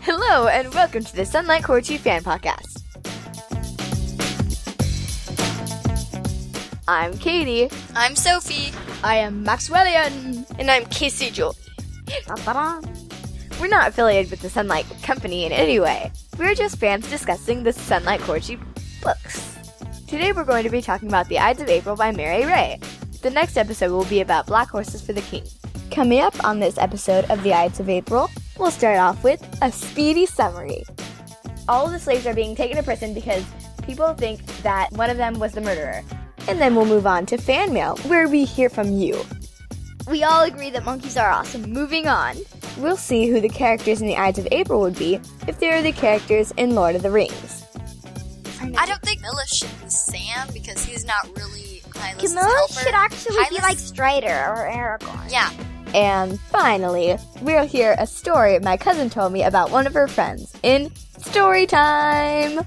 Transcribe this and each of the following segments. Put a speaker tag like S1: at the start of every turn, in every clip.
S1: Hello, and welcome to the Sunlight Core 2 Fan Podcast. I'm Katie.
S2: I'm Sophie.
S1: I am Maxwellian.
S2: And I'm Casey Joel.
S1: We're not affiliated with the Sunlight Company in any way. We're just fans discussing the Sunlight Core 2 books. Today we're going to be talking about The Ides of April by Mary Ray. The next episode will be about Black Horses for the King. Coming up on this episode of The Ides of April, we'll start off with a speedy summary. All the slaves are being taken to prison because people think that one of them was the murderer. And then we'll move on to fan mail, where we hear from you.
S2: We all agree that monkeys are awesome. Moving on.
S1: We'll see who the characters in The Ides of April would be if they are the characters in Lord of the Rings.
S2: I don't think Camilla should be Sam because he's not really Hylas'
S3: Camilla
S2: helper.
S3: should actually be
S2: Hylas-
S3: like Strider or Aragorn.
S2: Yeah.
S1: And finally, we'll hear a story my cousin told me about one of her friends in story time.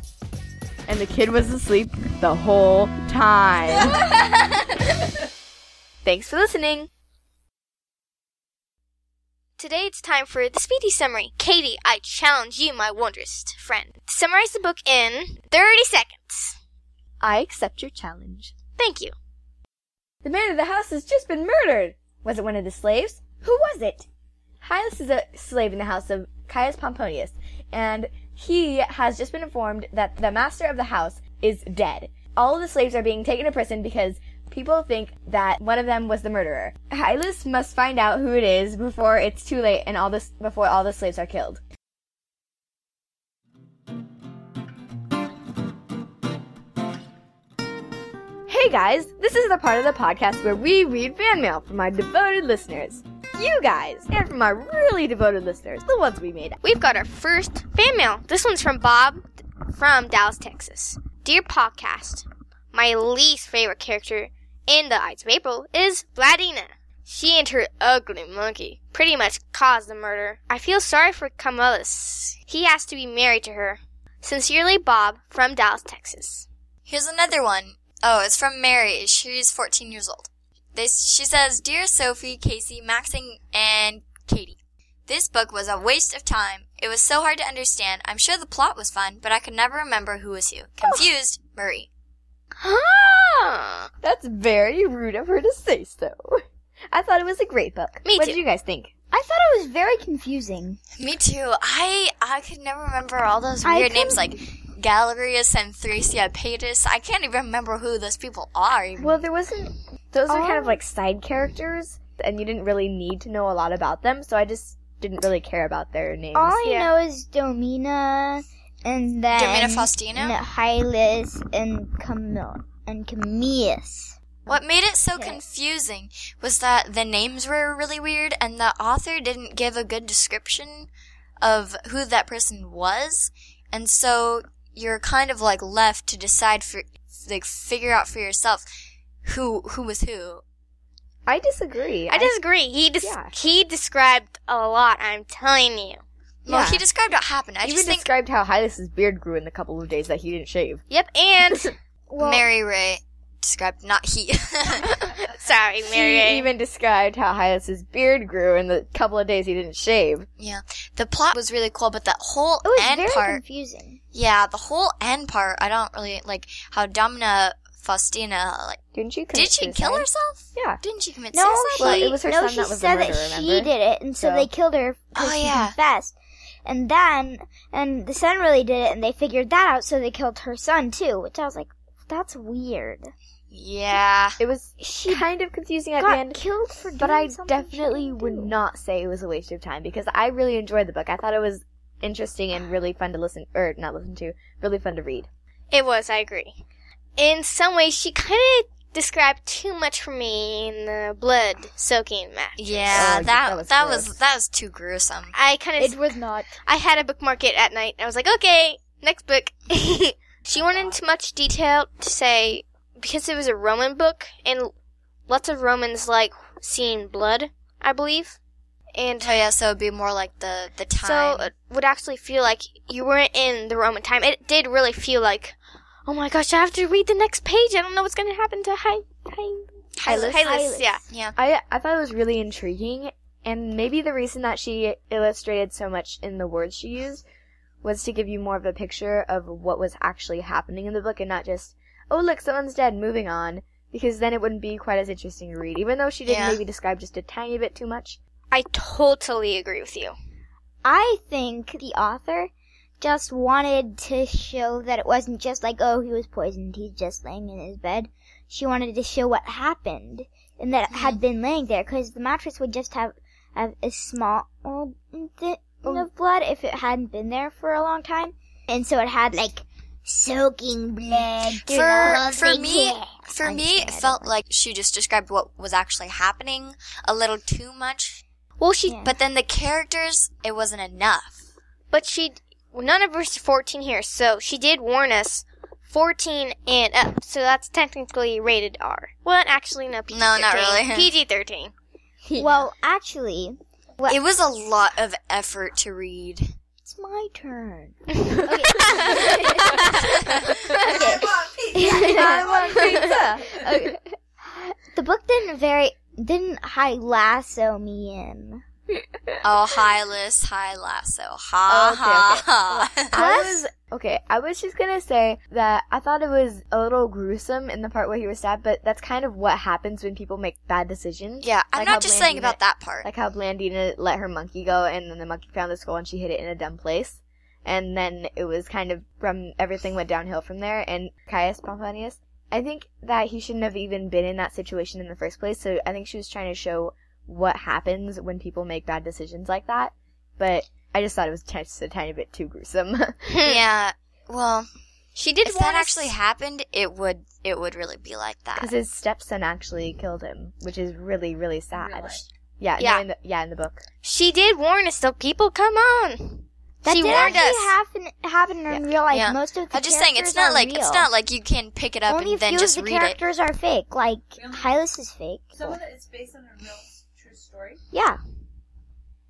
S1: And the kid was asleep the whole time. Thanks for listening.
S2: Today it's time for the speedy summary. Katie, I challenge you, my wondrous friend, to summarize the book in 30 seconds.
S1: I accept your challenge.
S2: Thank you.
S1: The man of the house has just been murdered. Was it one of the slaves? Who was it? Hylas is a slave in the house of Caius Pomponius, and he has just been informed that the master of the house is dead. All of the slaves are being taken to prison because people think that one of them was the murderer. Hylas must find out who it is before it's too late and all this before all the slaves are killed. Hey guys, this is the part of the podcast where we read fan mail from our devoted listeners. You guys, and from our really devoted listeners, the ones we made.
S2: We've got our first fan mail. This one's from Bob from Dallas, Texas. Dear podcast, my least favorite character in the Ides of April is Vladina. She and her ugly monkey pretty much caused the murder. I feel sorry for Camillus. He has to be married to her. Sincerely, Bob from Dallas, Texas.
S4: Here's another one. Oh, it's from Mary. She's 14 years old. This she says, "Dear Sophie, Casey, Maxing, and Katie, this book was a waste of time. It was so hard to understand. I'm sure the plot was fun, but I could never remember who was who. Confused, Murray.
S2: Huh.
S1: That's very rude of her to say so. I thought it was a great book.
S2: Me
S1: what
S2: too.
S1: did you guys think?
S3: I thought it was very confusing.
S4: Me too. I I could never remember all those
S3: I
S4: weird
S3: couldn't-
S4: names like Galerius and Thracia Paetus. I can't even remember who those people are. Even.
S1: Well, there wasn't. Those were kind of
S3: Oh.
S1: like side characters, and you didn't really need to know a lot about them, so I just didn't really care about their names.
S3: All I
S2: Yeah.
S3: know is Domina and then
S4: Domina Faustina.
S3: and Hylas and Camille and Camillus.
S4: What made it so
S3: Okay.
S4: confusing was that the names were really weird and the author didn't give a good description of who that person was. And so you're kind of like left to decide for like figure out for yourself who who was who.
S1: I disagree.
S2: I disagree. He des-
S1: Yeah.
S2: he described a lot. I'm telling you.
S4: Well,
S1: Yeah.
S4: he described what happened. I
S1: He even
S4: just think
S1: described how Hylas' beard grew in the couple of days that he didn't shave.
S2: Yep. And
S4: Mary Ray described not he.
S2: sorry, Mary.
S1: He even described how Hylas' beard grew in the couple of days he didn't shave.
S4: yeah. The plot was really cool, but that whole
S3: It was
S4: end
S3: very
S4: part
S3: confusing.
S4: Yeah, the whole end part, I don't really like how Domina Faustina like
S1: Didn't she? commit
S4: did she
S1: suicide?
S4: kill herself?
S1: Yeah.
S4: Didn't she commit
S3: No,
S4: suicide?
S3: she,
S1: Well, it was her
S3: no,
S1: son
S3: she
S1: that was the
S3: said
S1: murderer,
S3: that she
S1: remember?
S3: did it, and so,
S1: So-
S3: they killed her because
S4: Oh,
S3: she
S4: yeah.
S3: confessed. And then, and the son really did it, and they figured that out, so they killed her son too. Which I was like, that's weird.
S4: yeah.
S1: It was
S3: She
S1: kind of confusing at
S3: got
S1: the end.
S3: killed for
S1: But
S3: doing
S1: I
S3: something she
S1: definitely
S3: didn't
S1: would
S3: do.
S1: not say it was a waste of time because I really enjoyed the book. I thought it was interesting and really fun to listen, or not listen to, really fun to read.
S2: It was, I agree. In some ways, she kind of described too much for me in the blood soaking match.
S4: Yeah,
S1: Oh,
S4: that
S1: that
S4: that
S1: was
S4: was
S1: gross.
S4: that, was too gruesome.
S2: I kind of,
S3: was not.
S2: I had a bookmark it at night, and I was like, okay, next book. she went into much detail to say because it was a Roman book, and lots of Romans like seeing blood, I believe, and
S4: Oh yeah, so it'd be more like the the time.
S2: So uh, it would actually feel like you weren't in the Roman time. It did really feel like, oh my gosh, I have to read the next page. I don't know what's going to happen to Hy- Hy-
S1: Hylas.
S2: Hylas, yeah.
S4: yeah.
S1: I I thought it was really intriguing, and maybe the reason that she illustrated so much in the words she used was to give you more of a picture of what was actually happening in the book and not just, oh, look, someone's dead, moving on, because then it wouldn't be quite as interesting to read, even though she did
S4: Yeah.
S1: maybe describe just a tiny bit too much.
S2: I totally agree with you.
S3: I think the author just wanted to show that it wasn't just like, oh, he was poisoned, he's just laying in his bed. She wanted to show what happened and that
S4: Hmm.
S3: it had been laying there because the mattress would just have, have a small thing
S4: Oh.
S3: of blood if it hadn't been there for a long time. And so it had like soaking blood. through the
S4: for
S3: whole
S4: for
S3: thing.
S4: me
S3: Yeah.
S4: for
S3: I'm
S4: me it
S3: scared.
S4: felt like she just described what was actually happening a little too much
S2: Well, she,
S3: Yeah.
S4: but then the characters it wasn't enough
S2: but she, none of us are 14 here, so she did warn us 14 and up. So that's technically rated R. Well, actually, no, PG
S4: No, not really.
S2: PG 13.
S3: Well, actually, But-
S4: it was a lot of effort to read
S3: it's my turn.
S4: okay.
S1: Okay.
S3: The book didn't very didn't high lasso me in.
S4: oh hi liz hi lasso ha
S1: Okay, okay.
S4: ha ha
S1: I was okay. I was just gonna say that I thought it was a little gruesome in the part where he was stabbed, but that's kind of what happens when people make bad decisions.
S4: yeah i'm
S1: Like how
S4: not just saying
S1: Blandina-
S4: about that part
S1: Like how Blandina let her monkey go, and then the monkey found the skull, and she hid it in a dumb place. And then it was kind of from everything went downhill from there. And Caius Pomponius, I think that he shouldn't have even been in that situation in the first place. So I think she was trying to show what happens when people make bad decisions like that. But I just thought it was just a tiny bit too gruesome.
S4: yeah well
S2: She did
S4: if
S2: warn
S4: that
S2: us-
S4: actually happened it would it would really be like that
S1: Because his stepson actually killed him, which is really, really sad. Yeah, yeah,
S2: Yeah.
S1: no, in the, yeah, in the book.
S2: She did warn us, though. People, come on.
S3: That
S2: she
S3: did
S2: warned us.
S3: actually happen happen in real life.
S4: Yeah.
S3: Most of the
S4: i'm just saying it's
S3: characters
S4: not
S3: are
S4: like
S3: real.
S4: it's not like you can pick it up
S3: Only a
S4: and then
S3: few
S4: just
S3: of the
S4: read it
S3: characters are fake. Like
S5: Really?
S3: Hylas is fake.
S5: Some of it is based on a real true story.
S3: Yeah,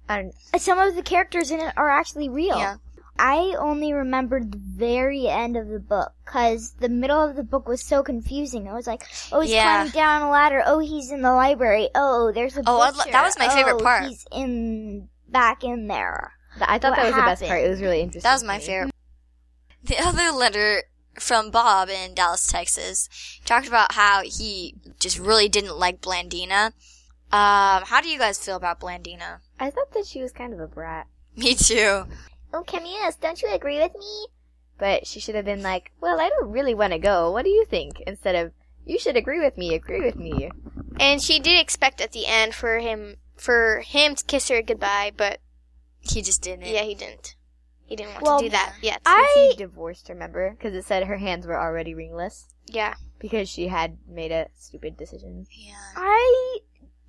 S1: And
S3: And some of the characters in it are actually real.
S4: Yeah.
S3: I only remembered the very end of the book because the middle of the book was so confusing. I was like, "Oh, he's
S4: Yeah.
S3: climbing down a ladder. Oh, he's in the library. Oh, there's a
S4: Oh, I lo-
S3: butcher.
S4: that was my favorite
S3: Oh,
S4: part."
S3: He's in back in there.
S1: th- I thought
S3: What
S1: that was the best part.
S3: happened?
S1: It was really interesting.
S4: That was
S1: to
S4: my
S1: me.
S4: favorite. The other letter from Bob in Dallas, Texas, talked about how he just really didn't like Blandina. Um, how do you guys feel about Blandina?
S1: I thought that she was kind of a brat,
S4: Me too.
S3: Oh, Camillus, don't you agree with me?
S1: but she should have been like, "Well, I don't really want to go. What do you think?" Instead of, "You should agree with me. Agree with me."
S2: And she did expect at the end for him for him to kiss her goodbye, but
S4: He just didn't.
S2: yeah, he didn't. He didn't want
S3: Well,
S2: to do that yet.
S1: I
S3: I
S1: divorced. Remember, because it said her hands were already ringless
S2: yeah.
S1: because she had made a stupid decision.
S4: Yeah.
S3: I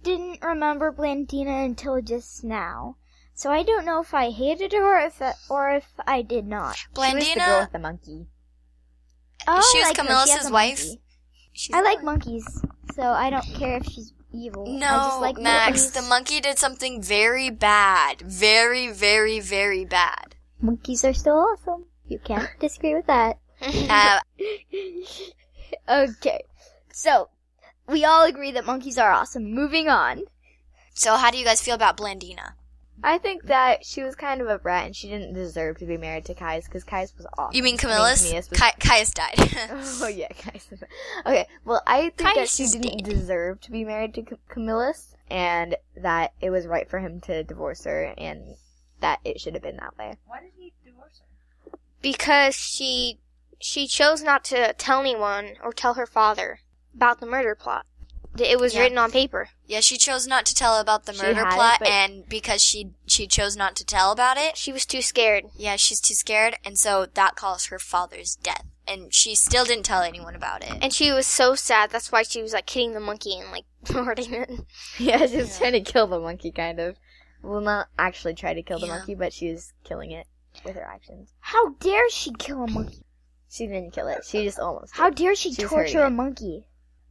S3: didn't remember Blandina until just now, so I don't know if I hated her or if or if I did not.
S1: She was the girl
S4: Blandina.
S1: with the monkey.
S3: Oh,
S4: She was
S3: I like her. She
S4: Camillus'
S3: has a
S4: wife?
S3: monkey.
S4: She's
S3: I like monkeys, so I don't care if she's evil.
S4: No,
S3: I just like
S4: Max.
S3: monkeys.
S4: The monkey did something very bad. Very, very, very bad.
S3: monkeys are still awesome. You can't disagree with that.
S4: Uh,
S3: Okay, so we all agree that monkeys are awesome. Moving on.
S4: so, how do you guys feel about Blandina?
S1: I think that she was kind of a brat, and she didn't deserve to be married to Caius because Caius was awful.
S4: You mean
S1: I
S4: Camillus?
S1: Camillus was
S4: Cai- Caius died.
S1: Oh yeah, Caius. Okay, well, I think that
S4: Caius
S1: she
S4: is
S1: didn't deserve to be married to C- Camillus, and that it was right for him to divorce her, and that it should have been that way.
S5: Why did he divorce her?
S2: Because she she chose not to tell anyone or tell her father about the murder plot. It was
S4: Yeah.
S2: written on paper.
S4: Yeah, she chose not to tell about the
S1: She
S4: murder
S1: had it,
S4: plot,
S1: but-
S4: and because she she chose not to tell about it,
S2: She was too scared.
S4: yeah, she's too scared, and so that caused her father's death, and she still didn't tell anyone about it.
S2: And she was so sad. That's why she was like hitting the monkey and like hurting it.
S1: Yeah, she was
S4: Yeah.
S1: trying to kill the monkey, kind of. Well, not actually try to kill the
S4: Yeah.
S1: monkey, but she was killing it with her actions.
S3: How dare she kill a monkey?
S1: She didn't kill it. She just almost.
S3: How
S1: did.
S3: dare she
S1: She's hurting
S3: torture
S1: it.
S3: a monkey?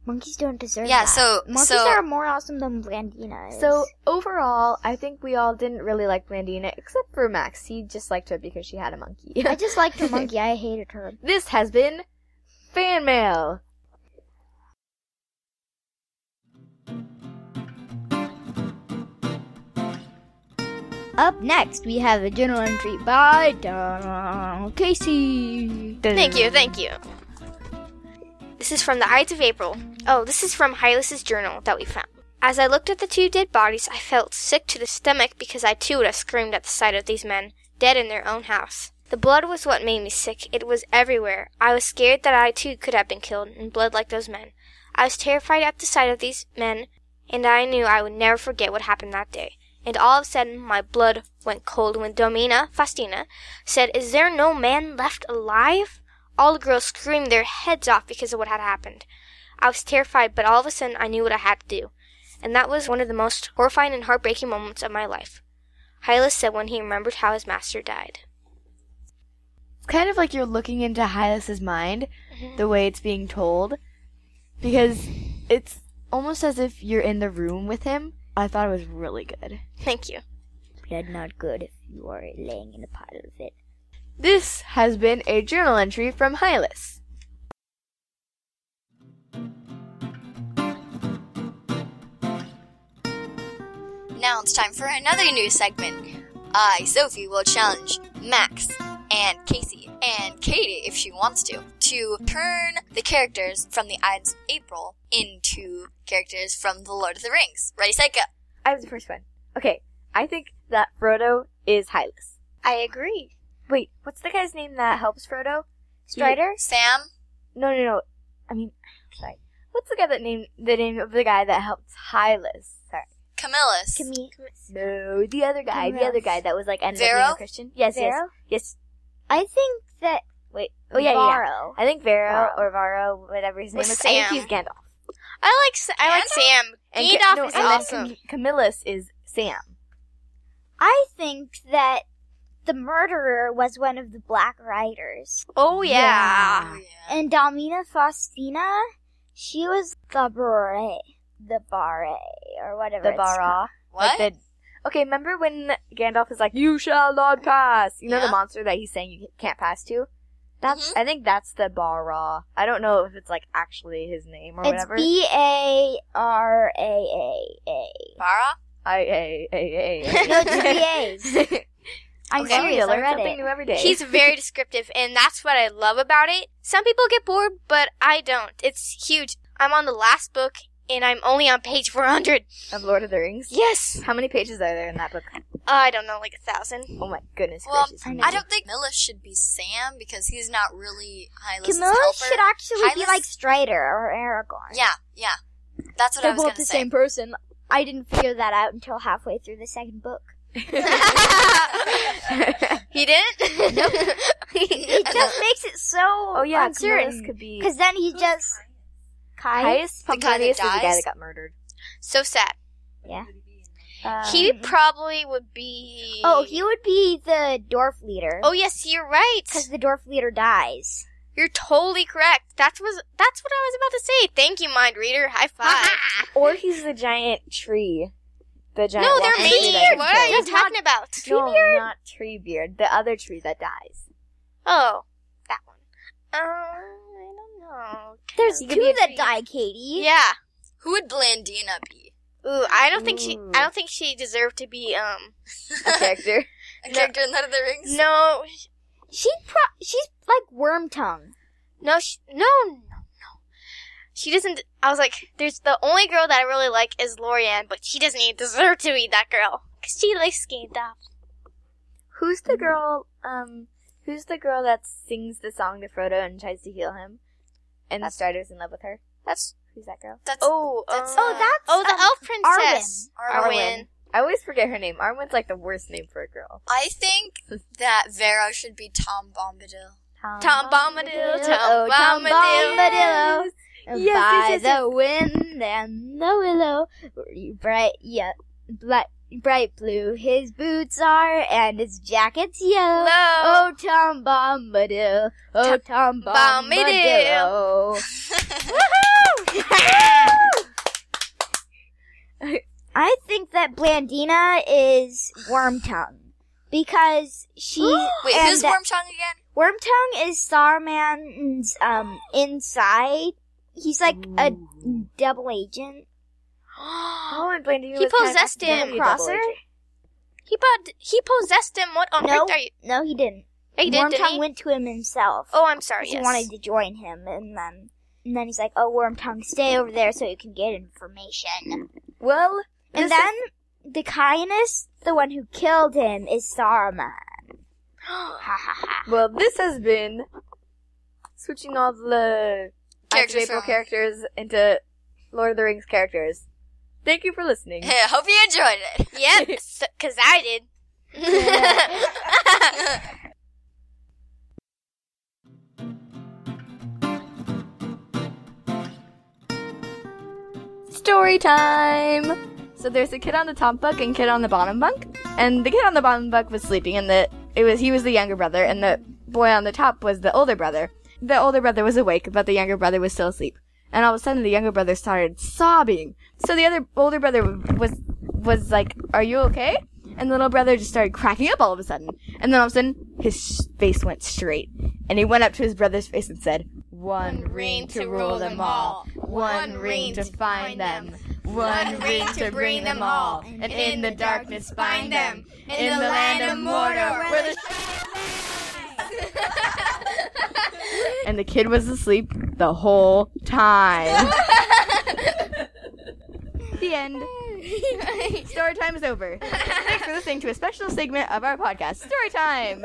S3: Monkeys don't deserve
S4: yeah,
S3: that.
S4: so
S3: monkeys
S4: so
S3: are more awesome than Blandina is.
S1: So overall, I think we all didn't really like Blandina, except for Max. He just liked her because she had a monkey.
S3: I just liked her monkey. I hated her.
S1: this has been fan mail.
S3: Up next, we have a journal entry by Donald Casey.
S2: Thank you, thank you. This is from the Ides of April. Oh, this is from Hylas' journal that we found. As I looked at the two dead bodies, I felt sick to the stomach because I too would have screamed at the sight of these men, dead in their own house. The blood was what made me sick. It was everywhere. I was scared that I too could have been killed in blood like those men. I was terrified at the sight of these men, and I knew I would never forget what happened that day. And all of a sudden, my blood went cold when Domina Faustina said, Is there no man left alive? All the girls screamed their heads off because of what had happened. I was terrified, but all of a sudden, I knew what I had to do. And that was one of the most horrifying and heartbreaking moments of my life. Hylas said when he remembered how his master died.
S1: It's kind of like you're looking into Hylas's mind, the way it's being told, because it's almost as if you're in the room with him. I thought it was really good.
S2: Thank you.
S3: Blood not good if you are laying in a pile of it.
S1: This has been a journal entry from Hylas.
S4: Now it's time for another new segment. I, Sophie, will challenge Max and Casey and Katie, if she wants to, to turn the characters from the Ides of April into characters from The Lord of the Rings. Ready, set, go.
S1: I have the first one. Okay, I think that Frodo is Hylas.
S2: I agree.
S1: Wait, what's the guy's name that helps Frodo?
S2: Strider?
S4: Sam,
S1: No, no, no. I mean, sorry. What's the guy that named the name of the guy that helps Hylas? Sorry.
S4: Camillus,
S3: Camille.
S1: No, the other guy, the other guy that was like ended up being
S4: Varro?
S1: a Christian. Yes,
S3: Varro?
S1: yes, yes.
S3: I think that.
S1: Wait. Oh yeah, yeah. yeah.
S3: Varro.
S1: I think Varro or Varro, whatever his name
S2: Was
S1: is. I think
S2: Sam.
S1: he's Gandalf.
S2: I like Sa- I like Sam.
S1: Ca-
S2: Gandalf
S1: no,
S2: is
S1: and then
S2: awesome.
S1: Cam- Camillus is Sam.
S3: I think that the murderer was one of the Black Riders.
S2: oh yeah.
S1: Yeah.
S4: Oh, yeah.
S3: And Domina Faustina, she was the Beret. The Beret, or whatever.
S1: The
S3: it's called.
S1: Barra.
S4: What?
S1: Like the, okay, remember when Gandalf is like, "You shall not pass." You know
S4: Yeah. Mm-hmm.
S1: the monster that he's saying you can't pass to. That's I think that's the Barra. I don't know if it's like actually his name or
S3: It's
S1: whatever.
S3: B A R A A A.
S4: Barra?
S1: I A A A.
S3: No, it's B A's. I'm
S4: Okay.
S3: serious. I
S1: learn
S3: read
S1: something
S3: it.
S1: new every day.
S2: He's very descriptive, and that's what I love about it. Some people get bored, but I don't. It's huge. I'm on the last book, and I'm only on page 400.
S1: of Lord of the Rings.
S2: Yes!
S1: How many pages are there in that book?
S2: I don't know, like a thousand.
S1: Oh my goodness
S4: Well,
S1: gracious!
S3: I know.
S4: I don't think Camillus should be Sam because he's not really Hylas'
S3: Camilla
S4: helper.
S3: should actually be
S4: Hylas-
S3: like Strider or Aragorn.
S4: Yeah, yeah. That's what I
S3: They're
S4: was
S3: both
S4: gonna
S3: the
S4: say.
S3: same person. I didn't figure that out until halfway through the second book.
S2: he didn't?
S3: It just makes it so
S1: Uh, oh yeah, Camillus
S3: uncertain.
S1: could be.
S3: Because then he
S5: Who's
S3: just
S5: Caius?
S1: Caius
S3: Caius.
S4: The guy that
S1: Pomponius is the guy
S4: dies?
S1: that got murdered.
S2: so sad.
S3: Yeah.
S5: Would it be in the-
S2: he
S3: Um,
S2: probably would be.
S3: Oh, he would be the dwarf leader.
S2: Oh, yes, you're right.
S3: because the dwarf leader dies.
S2: You're totally correct. That was that's what I was about to say. Thank you, mind reader. High five.
S1: Or he's the giant tree. The giant.
S2: no, they're
S1: walking tree
S2: mean.
S1: that gets
S2: What are
S1: killed.
S2: you talking about?
S1: no, not tree beard. The other tree that dies.
S2: Oh, that one. Um, I don't know.
S3: There's
S1: He
S3: two
S1: could be a
S3: that
S1: tree.
S3: die, Katie.
S2: Yeah.
S4: Who would Blandina be?
S2: Ooh, I don't think she.
S1: Ooh.
S2: I don't think she deserved to be. Um.
S1: A character.
S4: A character in Lord of the Rings?
S2: No.
S3: She pro- she's like worm tongue.
S2: No. She, no. No. No. She doesn't. I was like, there's the only girl that I really like is Lorianne, but she doesn't even deserve to be that girl because she likes Gandalf.
S1: Who's the girl? Um, who's the girl that sings the song to Frodo and tries to heal him? And the Strider's in love with her.
S2: That's.
S1: Who's that girl?
S4: That's
S2: Oh.
S4: That's,
S2: um,
S4: uh,
S3: Oh, that's
S2: Oh, the
S3: um,
S2: elf princess.
S4: Arwen.
S1: I always forget her name. Arwen's like the worst name for a girl.
S4: I think that Vero should be Tom Bombadil.
S2: Tom Bombadil, Tom
S3: Oh, Tom
S2: Bombadil.
S3: Bombadil.
S1: Yes,
S3: By
S1: yes, yes,
S3: the wind and the willow, bright, yeah, black, bright blue his boots are, and his jacket's yellow.
S2: Hello.
S3: Oh, Tom Bombadil. Oh, Tom
S2: Bombadil.
S3: Bombadil. I think that Blandina is Wormtongue because she
S4: Wait,
S3: and
S4: who's
S3: that-
S4: Wormtongue again?
S3: Wormtongue is Starman's um inside. He's like a double agent.
S1: Oh, and Blandina
S2: He
S1: was kind of
S2: possessed
S1: accidentally
S2: him.
S1: double
S3: Crosser?
S1: agent.
S2: He pod- he possessed him. What on
S3: No.
S2: earth are you?
S3: No, he didn't.
S2: Yeah, he did,
S3: Wormtongue
S2: didn't he?
S3: went to him himself.
S2: oh, I'm sorry.
S3: he
S2: Yes.
S3: wanted to join him, and then and then he's like, "Oh, Wormtongue, stay over there so you can get
S2: Mm.
S3: information."
S1: Well,
S3: And
S1: This
S3: then the Kyanus, the one who killed him, is Saruman. Ha ha ha.
S1: well, this has been switching all the Eyes
S4: Characters
S1: of April
S4: from-
S1: characters into Lord of the Rings characters. Thank you for listening.
S4: Hey, I hope you enjoyed it.
S2: Yep, because I did.
S1: Story time! So there's a kid on the top bunk and kid on the bottom bunk, and the kid on the bottom bunk was sleeping, and the it was he was the younger brother, and the boy on the top was the older brother. The older brother was awake, but the younger brother was still asleep. And all of a sudden, the younger brother started sobbing. So the other older brother was was like, "Are you okay?" And the little brother just started cracking up all of a sudden. And then all of a sudden, his face went straight, and he went up to his brother's face and said, "One ring to rule them all." One ring to find them. One ring to bring them all. And in the darkness find them. In the land of Mordor. Where the and the kid was asleep the whole time. the end. Story time is over. Thanks for listening to a special segment of our podcast, Story Time.